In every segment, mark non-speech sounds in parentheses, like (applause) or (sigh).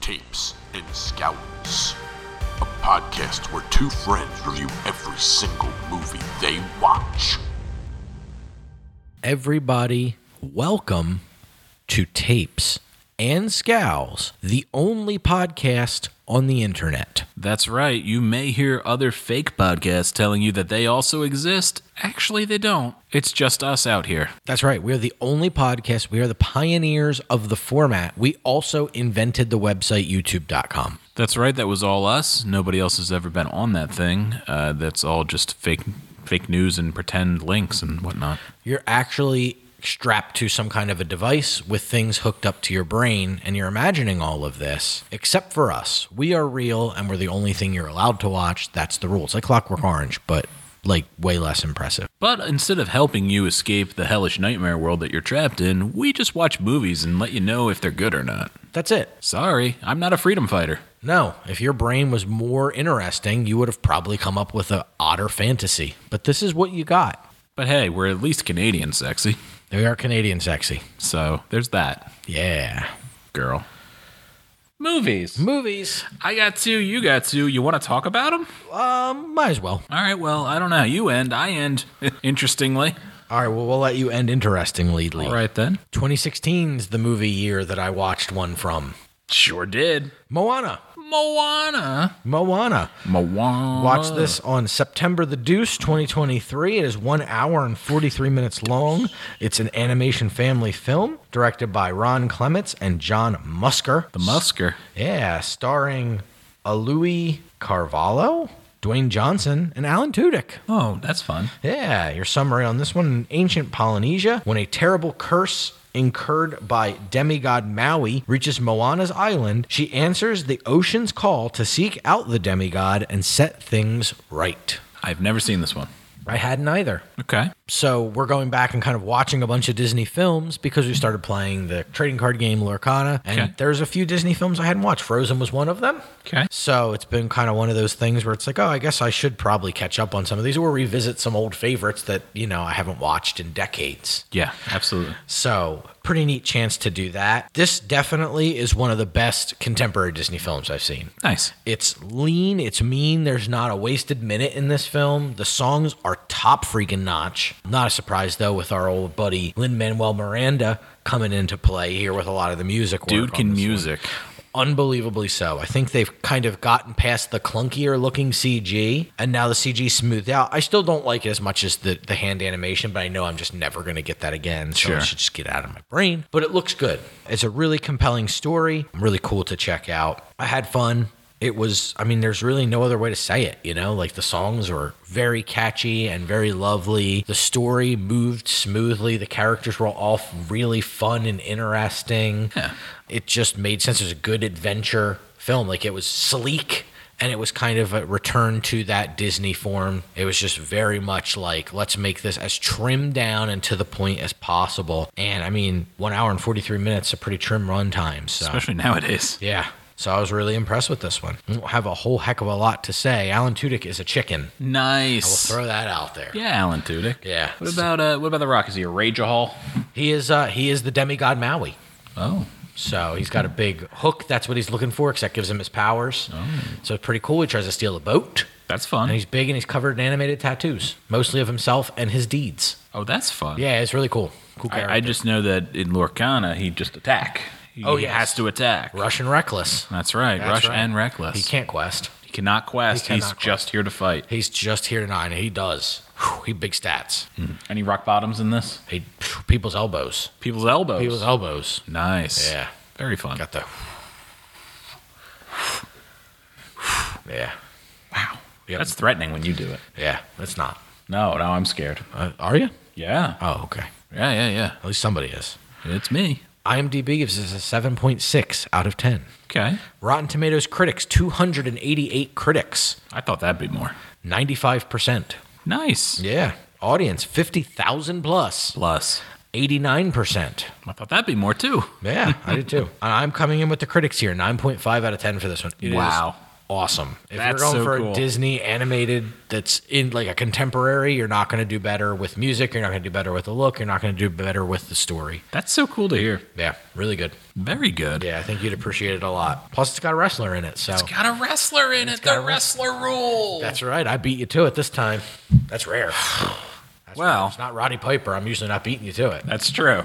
Tapes, and Scouts. A podcast where two friends review every single movie they watch. Everybody, welcome to Tapes and Scows, the only podcast on the internet. That's right. You may hear other fake podcasts telling you that they also exist. Actually, they don't. It's just us out here. That's right. We are the only podcast. We are the pioneers of the format. We also invented the website youtube.com. That's right. That was all us. Nobody else has ever been on that thing. Uh, that's all just fake, fake news and pretend links and whatnot. You're actually strapped to some kind of a device with things hooked up to your brain and you're imagining all of this except for us we are real and we're the only thing you're allowed to watch that's the rules like clockwork orange but like way less impressive But instead of helping you escape the hellish nightmare world that you're trapped in, we just watch movies and let you know if they're good or not. that's it Sorry, I'm not a freedom fighter. no if your brain was more interesting you would have probably come up with a odder fantasy but this is what you got But hey, we're at least Canadian sexy. they are canadian sexy So there's that, yeah girl. Movies. movies I got two, you got two. You want to talk about them? um might as well All right, well, I don't know. You end, I end, (laughs) interestingly. all right well we'll let you end interestingly Lee. All right, then. 2016's the movie year that i watched one from Sure did. moana Moana. Moana. Moana. Watch this on September the Deuce 2023. It is one hour and 43 minutes long. It's an animation family film directed by Ron Clements and John Musker. The Musker. Yeah, starring Aloui Carvalho, Dwayne Johnson, and Alan Tudyk. Oh, that's fun. Yeah, your summary on this one in ancient Polynesia, when a terrible curse incurred by demigod Maui reaches Moana's island, she answers the ocean's call to seek out the demigod and set things right. I've never seen this one. I hadn't either. Okay. So we're going back and kind of watching a bunch of Disney films because we started playing the trading card game Lurkana. And Okay. there's a few Disney films I hadn't watched. Frozen was one of them. Okay. So it's been kind of one of those things where it's like, oh, I guess I should probably catch up on some of these or revisit some old favorites that, you know, I haven't watched in decades. Yeah, absolutely. So, pretty neat chance to do that. This definitely is one of the best contemporary Disney films I've seen. Nice. It's lean, it's mean, there's not a wasted minute in this film. The songs are top freaking notch. Not a surprise though with our old buddy Lin Manuel Miranda coming into play here with a lot of the music. work Dude on can this one music. unbelievably so. I think they've kind of gotten past the clunkier looking CG, and now the CG smoothed out. I still don't like it as much as the, the hand animation, but I know I'm just never going to get that again. So I Sure. should just get out of my brain. But it looks good. It's a really compelling story, really cool to check out. I had fun. It was, I mean, there's really no other way to say it, you know? Like the songs were very catchy and very lovely. The story moved smoothly. The characters were all really fun and interesting Yeah. it just made sense. It was a good adventure film. Like it was sleek and it was kind of a return to that Disney form. It was just very much like, let's make this as trimmed down and to the point as possible. And I mean, one hour and 43 minutes, a pretty trim runtime. So, Especially nowadays. yeah. So I was really impressed with this one. I don't have a whole heck of a lot to say. Alan Tudyk is a chicken. Nice. We'll throw that out there. yeah, Alan Tudyk. Yeah. What about uh, what about the Rock? Is he a Rage Hall? He is uh, he is the demigod Maui. Oh, So he's got a big hook. That's what he's looking for because that gives him his powers. Oh. So it's pretty cool. He tries to steal a boat. that's fun. And he's big and he's covered in animated tattoos, mostly of himself and his deeds. oh, that's fun. Yeah, it's really cool. Cool character. I, I just know that in Lorcana, he just attack. He, Oh, he yes. has to attack. Rush and reckless. That's right. That's Rush right. and reckless. He can't quest. He cannot quest. He He's cannot just here to fight. He's just here tonight, and he does. Whew, he big stats. Any rock bottoms in this? He phew, people's elbows. People's elbows. People's elbows. nice. Yeah. Very fun. Got the. Yeah, wow. Yep. That's threatening when you do it. yeah. That's not. No, no, I'm scared. Uh, are you? Yeah. Oh, okay. Yeah, yeah, yeah. At least somebody is. It's me. IMDb gives us a 7.6 out of 10. Okay. Rotten Tomatoes critics, 288 critics, I thought that'd be more. 95%. Nice. Yeah. Audience, 50,000 plus, Plus. 89%. I thought that'd be more too. (laughs) Yeah, I did too. And I'm coming in with the critics here, 9.5 out of 10 for this one. It is Wow. awesome. If That's you're going so for cool. a Disney animated that's in like a contemporary, you're not going to do better with music. You're not going to do better with the look. You're not going to do better with the story. That's so cool to hear. Yeah, really good. Very good. Yeah, I think you'd appreciate it a lot. Plus, it's got a wrestler in it. So Got a wrestler in it. The wrestler rule. that's right. I beat you to it this time. That's rare. (sighs) That's Well. rare. it's not Roddy Piper. I'm usually not beating you to it. That's (laughs) true.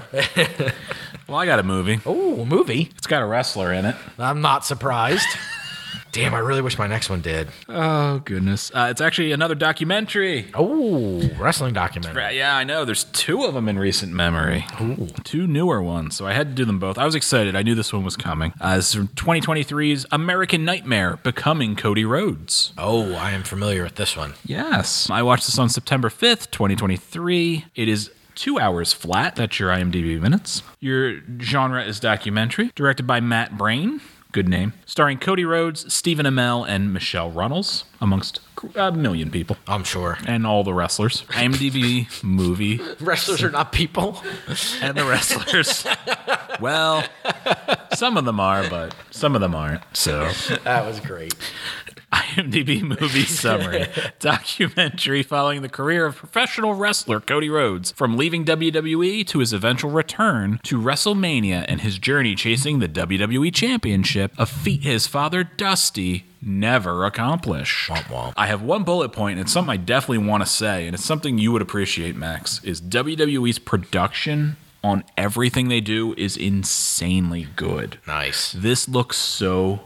well, I got a movie. Oh, movie. It's got a wrestler in it. I'm not (laughs) surprised. Damn, I really wish my next one did. Oh goodness. Uh, it's actually another documentary. Oh, wrestling documentary. Right, Yeah, I know. There's two of them in recent memory. Two newer ones, so I had to do them both. I was excited. I knew this one was coming. Uh, this is from 2023's American Nightmare: Becoming Cody Rhodes. Oh, I am familiar with this one. Yes. I watched this on September 5th, 2023. It is two hours flat. That's your IMDb minutes. Your genre is documentary, directed by Matt Brain. Good name. Starring Cody Rhodes, Stephen Amell, and Michelle Runnels, amongst a million people, I'm sure. and all the wrestlers. IMDb movie Wrestlers are not people. and the wrestlers. well, some of them are, but some of them aren't. So. (laughs) That was great. IMDb (laughs) movie summary documentary following the career of professional wrestler Cody Rhodes from leaving WWE to his eventual return to WrestleMania and his journey chasing the WWE Championship, a feat his father Dusty never accomplished. Womp womp. I have one bullet point, and it's something I definitely want to say, and it's something you would appreciate, Max, is WWE's production on everything they do is insanely good. Nice. This looks so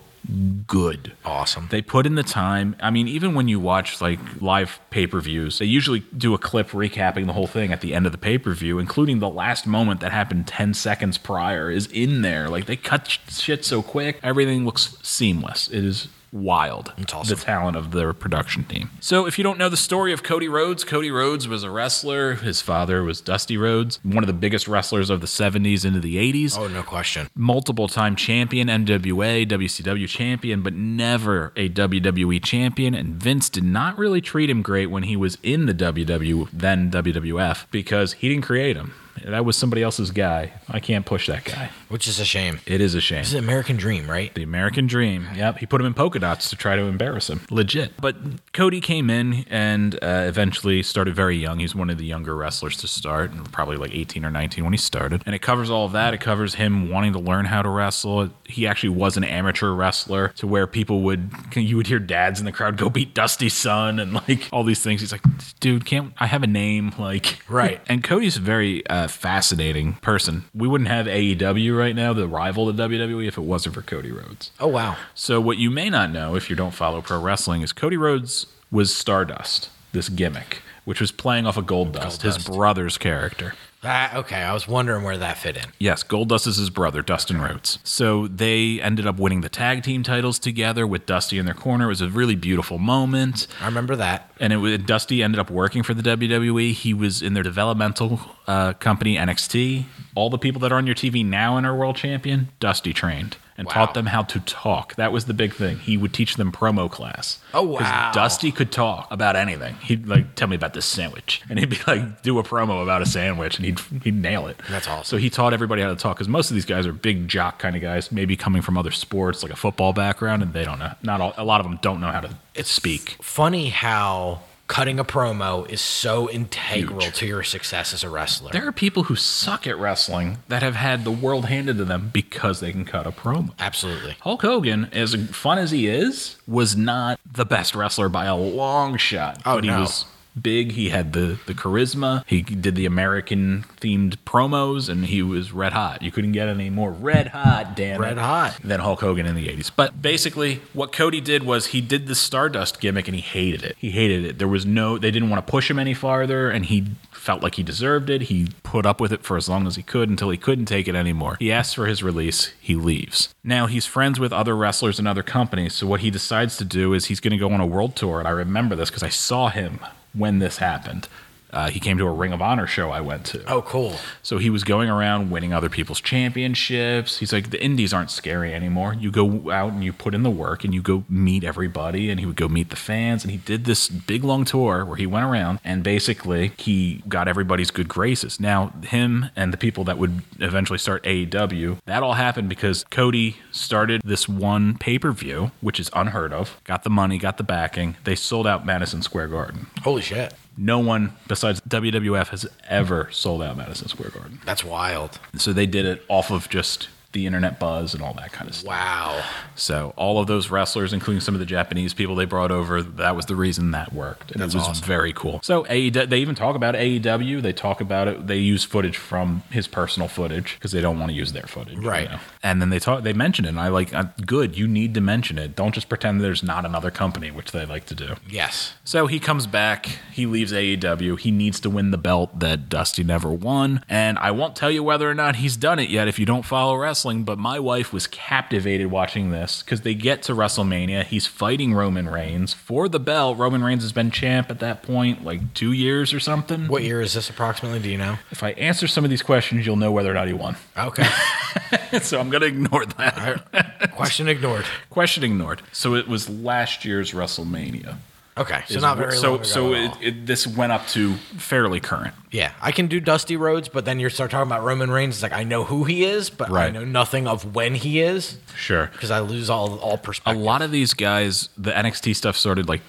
good. Awesome. They put in the time. I mean, even when you watch like live pay per views, they usually do a clip recapping the whole thing at the end of the pay per view, including the last moment that happened 10 seconds prior is in there. Like they cut sh- shit so quick. Everything looks seamless. It is wild. It's awesome. The talent of their production team. So, if you don't know the story of Cody Rhodes, Cody Rhodes was a wrestler. His father was Dusty Rhodes, one of the biggest wrestlers of the 70s into the 80s Oh, no question. multiple time champion, NWA, WCW champion, but never a WWE champion. And Vince did not really treat him great when he was in the WW, then WWF, because he didn't create him. That was somebody else's guy. I can't push that guy. Which is a shame. It is a shame. It's the American dream, right? The American Dream. Yep. He put him in polka dots to try to embarrass him. Legit. But Cody came in and uh, eventually started very young. He's one of the younger wrestlers to start, and probably like 18 or 19 when he started. And it covers all of that. It covers him wanting to learn how to wrestle. He actually was an amateur wrestler to where people would, you would hear dads in the crowd go beat Dusty's son and like all these things. He's like, dude, can't I have a name? Like, Right. and Cody's a very uh, fascinating person. We wouldn't have AEW right now, the rival to WWE, if it wasn't for Cody Rhodes. Oh, wow. So, what you may not know if you don't follow pro wrestling is Cody Rhodes was Stardust, this gimmick, which was playing off of Goldust, his Goldust. brother's character. That, okay, I was wondering where that fit in. Yes, Goldust is his brother, Dustin Rhodes. So they ended up winning the tag team titles together with Dusty in their corner. It was a really beautiful moment. I remember that. and it was, Dusty ended up working for the WWE. He was in their developmental uh, company NXT. All the people that are on your TV now and are world champion, Dusty trained and Wow. taught them how to talk. That was the big thing. He would teach them promo class. Oh, 'Cause wow. Dusty could talk about anything. He'd like tell me about this sandwich, and he'd be like do a promo about a sandwich, and he'd he'd nail it. That's awesome. So he taught everybody how to talk because most of these guys are big jock kind of guys, maybe coming from other sports like a football background, and they don't know. Not all, a lot of them don't know how to speak. Funny how cutting a promo is so integral to your success as a wrestler. There are people who suck at wrestling that have had the world handed to them because they can cut a promo. Absolutely. Hulk Hogan, as fun as he is, was not the best wrestler by a long shot. Oh, but he no. was big. He had the, the charisma. He did the American themed promos, and he was red hot. You couldn't get any more red hot, damn Red it, hot. than Hulk Hogan in the 80s. But basically, what Cody did was he did the Stardust gimmick, and he hated it. He hated it. There was no, they didn't want to push him any farther, and he felt like he deserved it. He put up with it for as long as he could until he couldn't take it anymore. He asks for his release. He leaves. Now he's friends with other wrestlers and other companies. So what he decides to do is he's going to go on a world tour. And I remember this because I saw him when this happened. Uh, he came to a Ring of Honor show I went to. Oh, cool. So he was going around winning other people's championships. He's like, the indies aren't scary anymore. You go out and you put in the work and you go meet everybody. And he would go meet the fans. And he did this big long tour where he went around and basically he got everybody's good graces. Now, him and the people that would eventually start AEW, that all happened because Cody started this one pay per view, which is unheard of, got the money, got the backing. They sold out Madison Square Garden. Holy shit. No one besides WWF has ever sold out Madison Square Garden. That's wild. So they did it off of just the internet buzz and all that kind of stuff. Wow. So all of those wrestlers, including some of the Japanese people they brought over, that was the reason that worked. And it was very cool. So AEW, they even talk about AEW. They talk about it. They use footage from his personal footage because they don't want to use their footage, you Right. know. And then they talk. They mention it. And I like, uh, good. You need to mention it. Don't just pretend there's not another company, which they like to do. Yes. So he comes back, he leaves AEW, he needs to win the belt that Dusty never won. And I won't tell you whether or not he's done it yet if you don't follow wrestling, but my wife was captivated watching this because they get to WrestleMania. He's fighting Roman Reigns for the belt. Roman Reigns has been champ at that point, like two years or something. What year is this approximately? Do you know? If I answer some of these questions, you'll know whether or not he won. (laughs) Okay. so I'm going to ignore that. Question ignored. Question ignored. So it was last year's WrestleMania. Okay. So is not wh- very so long ago so at it, all. it, this went up to fairly current. Yeah, I can do Dusty Rhodes, but then you start talking about Roman Reigns. It's like I know who he is, but I Right. know nothing of when he is Sure. because I lose all all A perspective. lot of these guys, the NXT stuff started like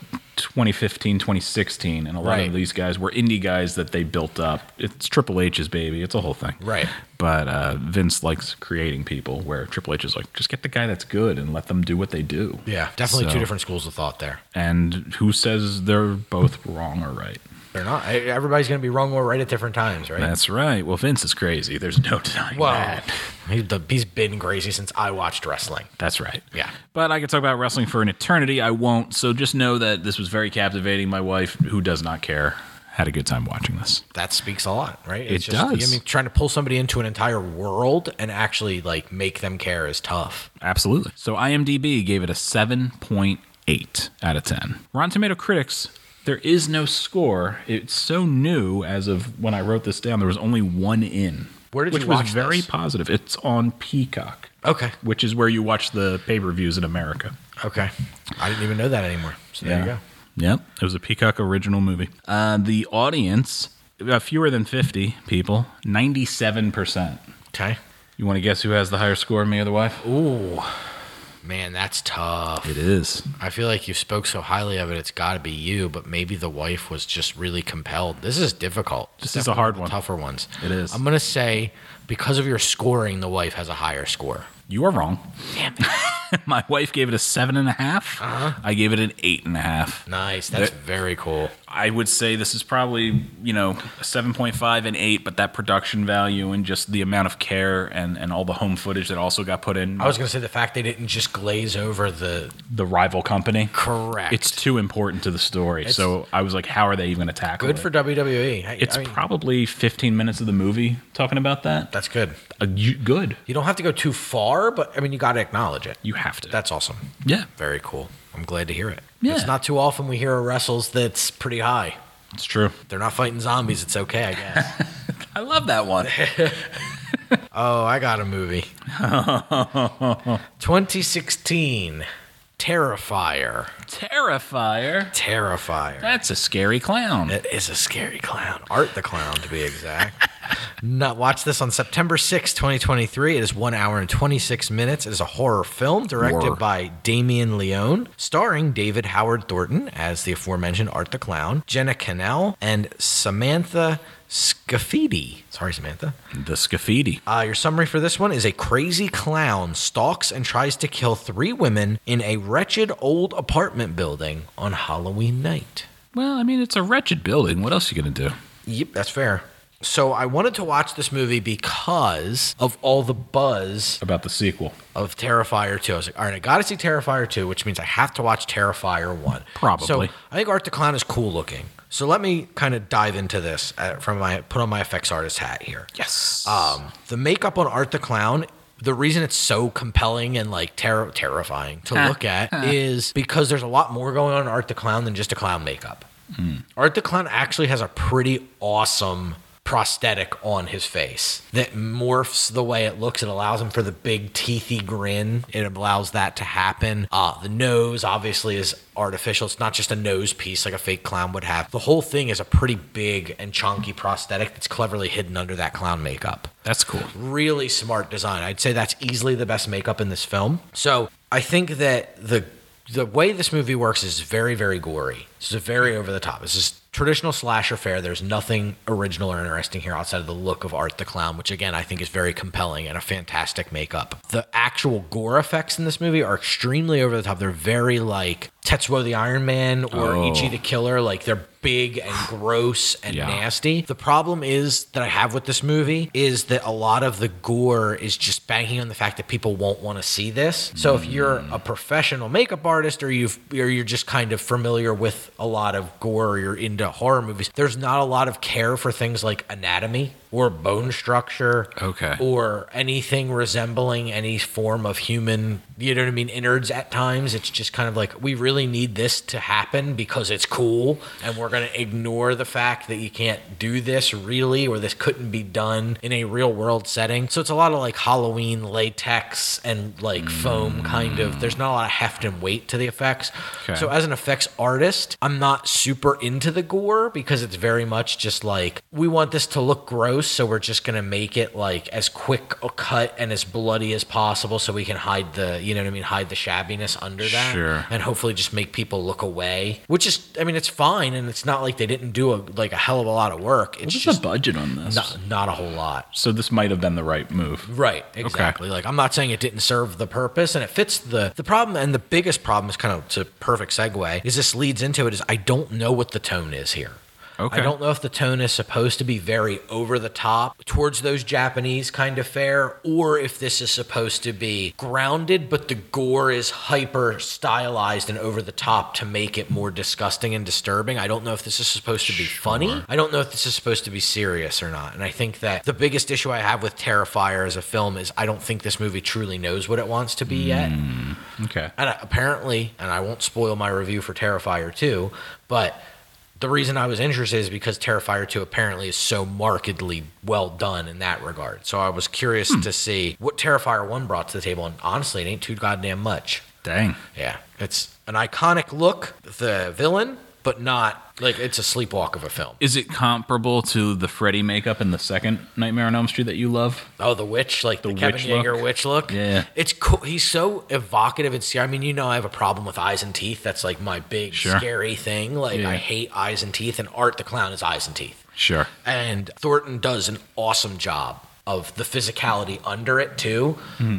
2015, 2016, and a lot Right. of these guys were indie guys that they built up. It's Triple H's baby. It's a whole thing. Right. But uh, Vince likes creating people where Triple H is like, just get the guy that's good and let them do what they do. Yeah, definitely two So- different schools of thought there. And who says they're both wrong or right? They're not. e- Everybody's going to be wrong or right at different times, right? That's right. Well, Vince is crazy. There's no denying well, that. (laughs) he, the, he's been crazy since I watched wrestling. That's right. Yeah. But I could talk about wrestling for an eternity. I won't. So just know that this was very captivating. My wife, who does not care, had a good time watching this. That speaks a lot, right? It's It I does. mean, trying to pull somebody into an entire world and actually like make them care is tough. Absolutely. So IMDb gave it a 7.8 out of 10. Rotten Tomato critics, there is no score. It's so new as of when I wrote this down, there was only one in. Where did which you was watch very this? Oh. positive. It's on Peacock, Okay. which is where you watch the pay-per-views in America. Okay. I didn't even know that anymore. So there you go. Yep. It was a Peacock original movie. Uh, the audience, uh, fewer than 50 people, 97%. Okay. You want to guess who has the higher score, me or the wife? Ooh, man, that's tough. It is. I feel like you spoke so highly of it. It's got to be you, but maybe the wife was just really compelled. This is difficult. This is a hard Definitely one. Tougher ones. It is. I'm gonna say because of your scoring, the wife has a higher score. You are wrong. Damn (laughs) My wife gave it Uh-huh. a seven and a half. I gave it an eight and a half. Nice. That's That- very cool. I would say this is probably, you know, a 7.5 and eight, but that production value and just the amount of care and, and all the home footage that also got put in I was gonna say the fact they didn't just glaze over the the rival company. correct. It's too important to the story. so I was like, how are they even going to tackle good it? for WWE. Hey, It's I mean, probably 15 minutes of the movie talking about that. that's good. Uh, you, good. You don't have to go too far, but I mean you got to acknowledge it. You have to. That's awesome. yeah, Very cool. I'm glad to hear it. Yeah. It's not too often we hear a wrestles that's pretty high. it's true. They're not fighting zombies. It's okay, I (laughs) guess. I love that (laughs) one. oh, I got a (laughs) movie. 2016 Terrifier. Terrifier. Terrifier. That's a scary clown. That is a scary clown. Art the clown, to be exact. (laughs) Not watch this on September 6, 2023. It is one hour and 26 minutes. It is a horror film directed Horror. by Damien Leone, starring David Howard Thornton as the aforementioned Art the Clown, Jenna Cannell, and Samantha Scafidi. Sorry, Samantha. the Scafidi. Uh, your summary for this one is a crazy clown stalks and tries to kill three women in a wretched old apartment building on Halloween night. Well, I mean, it's a wretched building. What else are you going to do? Yep, that's fair. So I wanted to watch this movie because of all the buzz About the sequel. of Terrifier 2. I was like, all right, I got to see Terrifier 2, which means I have to watch Terrifier 1. So Probably. I think Art the Clown is cool looking. So let me kind of dive into this uh, from my put on my effects artist hat here. Yes. Um, the makeup on Art the Clown, the reason it's so compelling and like terr- terrifying to look at is because there's a lot more going on in Art the Clown than just a clown makeup. Art the Clown actually has a pretty awesome prosthetic on his face that morphs the way it looks. It allows him for the big teethy grin. It allows that to happen. Uh, the nose obviously is artificial. It's not just a nose piece like a fake clown would have. The whole thing is a pretty big and chunky prosthetic that's cleverly hidden under that clown makeup That's cool. really smart design. I'd say that's easily the best makeup in this film. So I think that the the way this movie works is very, very gory. This is very over the top. This is traditional slasher fare. There's nothing original or interesting here outside of the look of Art the Clown, which again I think is very compelling and a fantastic makeup. The actual gore effects in this movie are extremely over the top. They're very like Tetsuo the Iron Man or Oh. Ichi the Killer. Like they're big (sighs) and gross and Yeah. nasty nasty. The problem is that I have with this movie is that a lot of the gore is just banking on the fact that people won't want to see this. So if you're Mm. a professional makeup artist or you've or you're just kind of familiar with a lot of gore or you're into horror movies, there's not a lot of care for things like anatomy or bone structure Okay. or anything resembling any form of human, you know what I mean, innards at times. It's just kind of like, we really need this to happen because it's cool. And we're going to ignore the fact that you can't do this really, or this couldn't be done in a real world setting. So it's a lot of like Halloween latex and like foam kind of, there's not a lot of heft and weight to the effects. Okay. So as an effects artist, I'm not super into the gore because it's very much just like we want this to look gross, so we're just gonna make it like as quick a cut and as bloody as possible, so we can hide the you know what I mean, hide the shabbiness under that, Sure. and hopefully just make people look away. Which is, I mean, it's fine, and it's not like they didn't do a like a hell of a lot of work. It's What's just the budget on this? not not a whole lot. So this might have been the right move. Right, exactly. Like I'm not saying it didn't serve the purpose and it fits the the problem and the biggest problem is kind of to perfect segue is this leads into it is I don't know what the tone is here. Okay. I don't know if the tone is supposed to be very over the top towards those Japanese kind of fare or if this is supposed to be grounded but the gore is hyper stylized and over the top to make it more disgusting and disturbing. I don't know if this is supposed to be funny. I don't know if this is supposed to be serious or not. And I think that the biggest issue I have with Terrifier as a film is I don't think this movie truly knows what it wants to be yet. Okay. And I- apparently, and I won't spoil my review for Terrifier 2, but the reason I was interested is because Terrifier 2 apparently is so markedly well done in that regard. So I was curious to see what Terrifier 1 brought to the table, and honestly, it ain't too goddamn much. Dang. Yeah. It's an iconic look, the villain, but not like it's a sleepwalk of a film. Is it comparable to the Freddy makeup in the second Nightmare on Elm Street that you love? Oh, the witch, like the, The Kevin witch Yeager look? witch look. Yeah. it's cool. He's so evocative and scary. I mean, you know, I have a problem with eyes and teeth. That's like my big Sure. scary thing. Like Yeah. I hate eyes and teeth. And Art the Clown is eyes and teeth. Sure. And Thornton does an awesome job of the physicality under it too.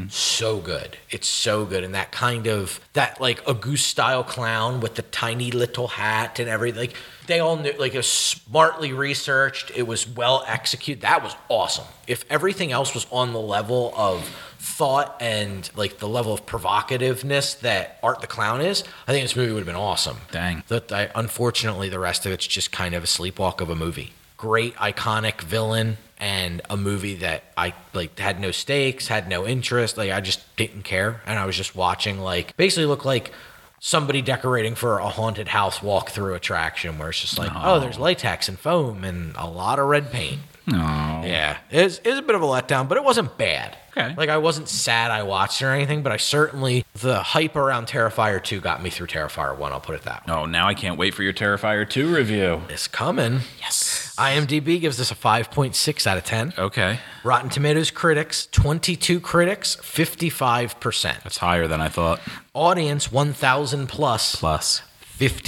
So good. It's so good. And that kind of that like a goose style clown with the tiny little hat and everything. Like they all knew like it was smartly researched. It was well executed. That was awesome. If everything else was on the level of thought and like the level of provocativeness that Art the Clown is, I think this movie would have been awesome. Dang. That I, unfortunately, the rest of it's just kind of a sleepwalk of a movie. Great iconic villain and a movie that I like had no stakes, had no interest. Like I just didn't care, and I was just watching like basically look like somebody decorating for a haunted house walk through attraction where it's just like, oh, there's latex and foam and a lot of red paint. No. Yeah, it's it's a bit of a letdown, but it wasn't bad. Okay. like I wasn't sad I watched it or anything, but I certainly the hype around Terrifier two got me through Terrifier one. I'll put it that way. Oh, now I can't wait for your Terrifier 2 review. It's coming. Yes. IMDb gives this a 5.6 out of 10. Okay. Rotten Tomatoes critics, 22 critics, 55%. That's higher than I thought. Audience, 1,000 plus, Plus.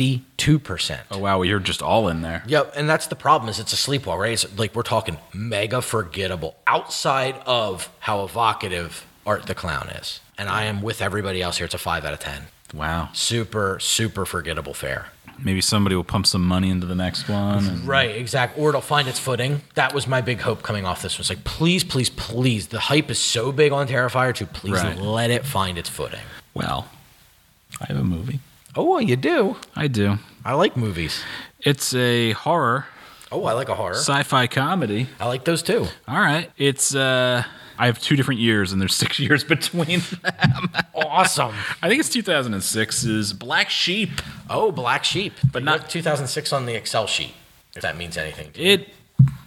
52%. Oh, wow. You're just all in there. Yep, and that's the problem is it's a sleepwalk, right? It's like we're talking mega forgettable outside of how evocative Art the Clown is. And I am with everybody else here. It's a 5 out of 10. Wow. Super, super forgettable fare. Maybe somebody will pump some money into the next one. and- Right, exact. Or it'll find its footing. That was my big hope coming off this one. It's like, please, please, please. The hype is so big on Terrifier 2. Please Right. let it find its footing. Well, I have a movie. Oh, well, you do. I do. I like movies. It's a horror Oh, I like a horror. Sci-fi comedy. I like those too. All right. It's uh I have two different years and there's 6 (laughs) years between. Awesome. I think it's 2006 is Black Sheep. (laughs) Oh, Black Sheep. But not- not 2006 on the Excel sheet, if that means anything. to you. It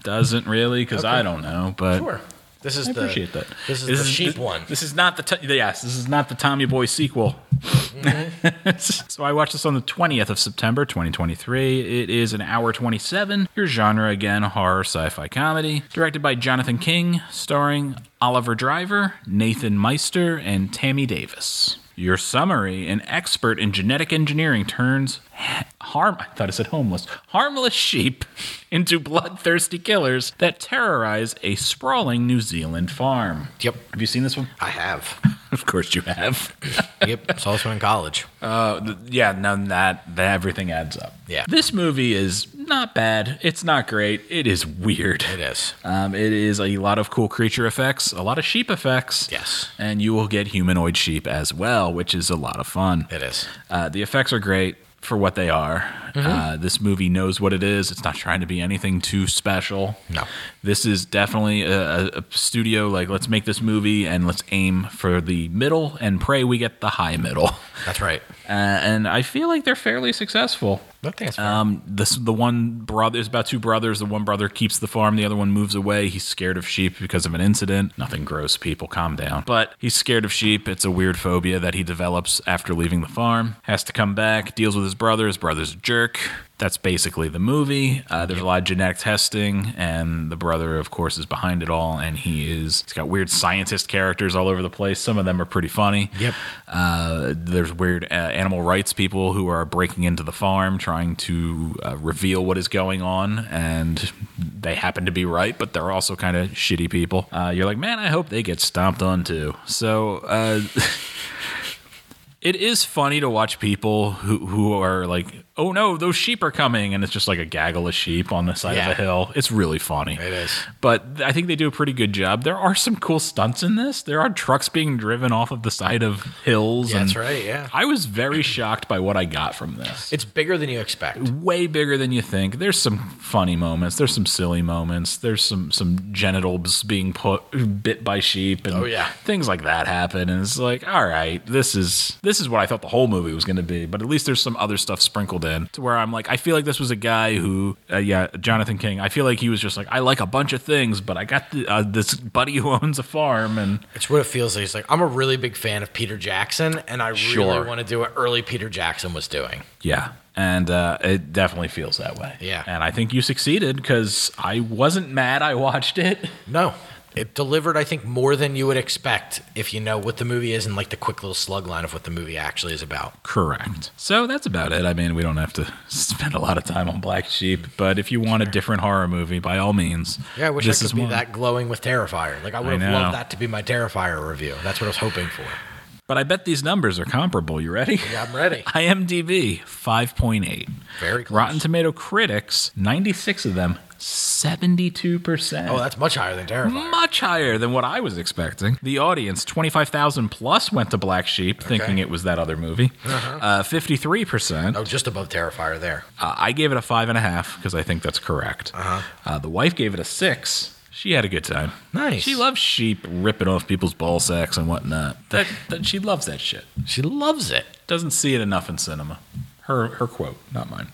doesn't really cuz I don't know, but sure. This is I the appreciate that. This is the sheep this, one. This is not the t- yes. This is not the Tommy Boy sequel. Mm-hmm. (laughs) so I watched this on the twentieth of September, twenty twenty three. It is an hour twenty seven. Your genre again: horror, sci-fi, comedy. Directed by Jonathan King, starring Oliver Driver, Nathan Meister, and Tammy Davis. Your summary: An expert in genetic engineering turns harm I thought I said homeless harmless sheep into bloodthirsty killers that terrorize a sprawling New Zealand farm. Yep. Have you (laughs) seen this one? I have. Of course you have. yep. Saw this one in college. Uh, th- yeah, no, that, that everything adds up. Yeah. This movie is not bad. It's not great. It is weird. It is. Um, it is a lot of cool creature effects, a lot of sheep effects. Yes. And you will get humanoid sheep as well, which is a lot of fun. It is. Uh, the effects are great for what they are. Uh, this movie knows what it is. It's not trying to be anything too special. No. This is definitely a, a- a studio like let's make this movie and let's aim for the middle and pray we get the high middle. (laughs) That's right. Uh, and I feel like they're fairly successful. I think it's Um, this the one brother is about two brothers. The one brother keeps the farm. The other one moves away. He's scared of sheep because of an incident. Nothing gross, people. Calm down. But he's scared of sheep. It's a weird phobia that he develops after leaving the farm. Has to come back. Deals with his brother. His brother's a jerk. That's basically the movie. Uh, there's a lot of genetic testing, and the brother, of course, is behind it all. And he is. He's got weird scientist characters all over the place. Some of them are pretty funny. Yep. Uh, there's weird uh, animal rights people who are breaking into the farm trying to uh, reveal what is going on, and they happen to be right, but they're also kind of shitty people. Uh, you're like, man, I hope they get stomped on too. So. Uh, (laughs) It is funny to watch people who, who are like, oh no, those sheep are coming. And it's just like a gaggle of sheep on the side Yeah. of a hill. It's really funny. It is. But th- I think they do a pretty good job. There are some cool stunts in this. There are trucks being driven off of the side of hills. Yeah, and that's right, yeah. I was very shocked by what I got from this. It's bigger than you expect. Way bigger than you think. There's some funny moments. There's some silly moments. There's some some genitals being put bit by sheep and Oh, yeah. things like that happen. And it's like, all right, this is this is what I thought the whole movie was going to be. But at least there's some other stuff sprinkled in to where I'm like, I feel like this was a guy who, uh, yeah, Jonathan King. I feel like he was just like, I like a bunch of things, but I got the, uh, this buddy who owns a farm and It's what it feels like. It's like I'm a really big fan of Peter Jackson, and I Sure. really want to do what early Peter Jackson was doing. Yeah. And uh, it definitely feels that way. Yeah. And I think you succeeded because I wasn't mad. I watched it. (laughs) No, it delivered. I think more than you would expect if you know what the movie is and like the quick little slug line of what the movie actually is about. Correct. So that's about it. I mean, we don't have to (laughs) spend a lot of time on Black Sheep, but if you want a different horror movie, by all means. Yeah, I wish this I is could be one. that glowing with Terrifier. Like I I would know. have loved that to be my Terrifier review. That's what I was hoping for. But I bet these numbers are comparable. You ready? Yeah, I'm ready. (laughs) IMDb 5.8. Very close. Rotten Tomato critics, 96 of them, 72%. Oh, that's much higher than Terrifier. much higher than what I was expecting. The audience, 25,000 plus, went to Black Sheep thinking it was that other movie. Uh-huh. uh 53%. Oh, just above Terrifier there. Uh, I gave it a five and a half because I think that's correct. Uh-huh. the wife gave it a six. She had a good time. Nice. She loves sheep ripping off people's ball sacks and whatnot. That, that she loves that shit. She loves it. Doesn't see it enough in cinema. Her her quote, not mine.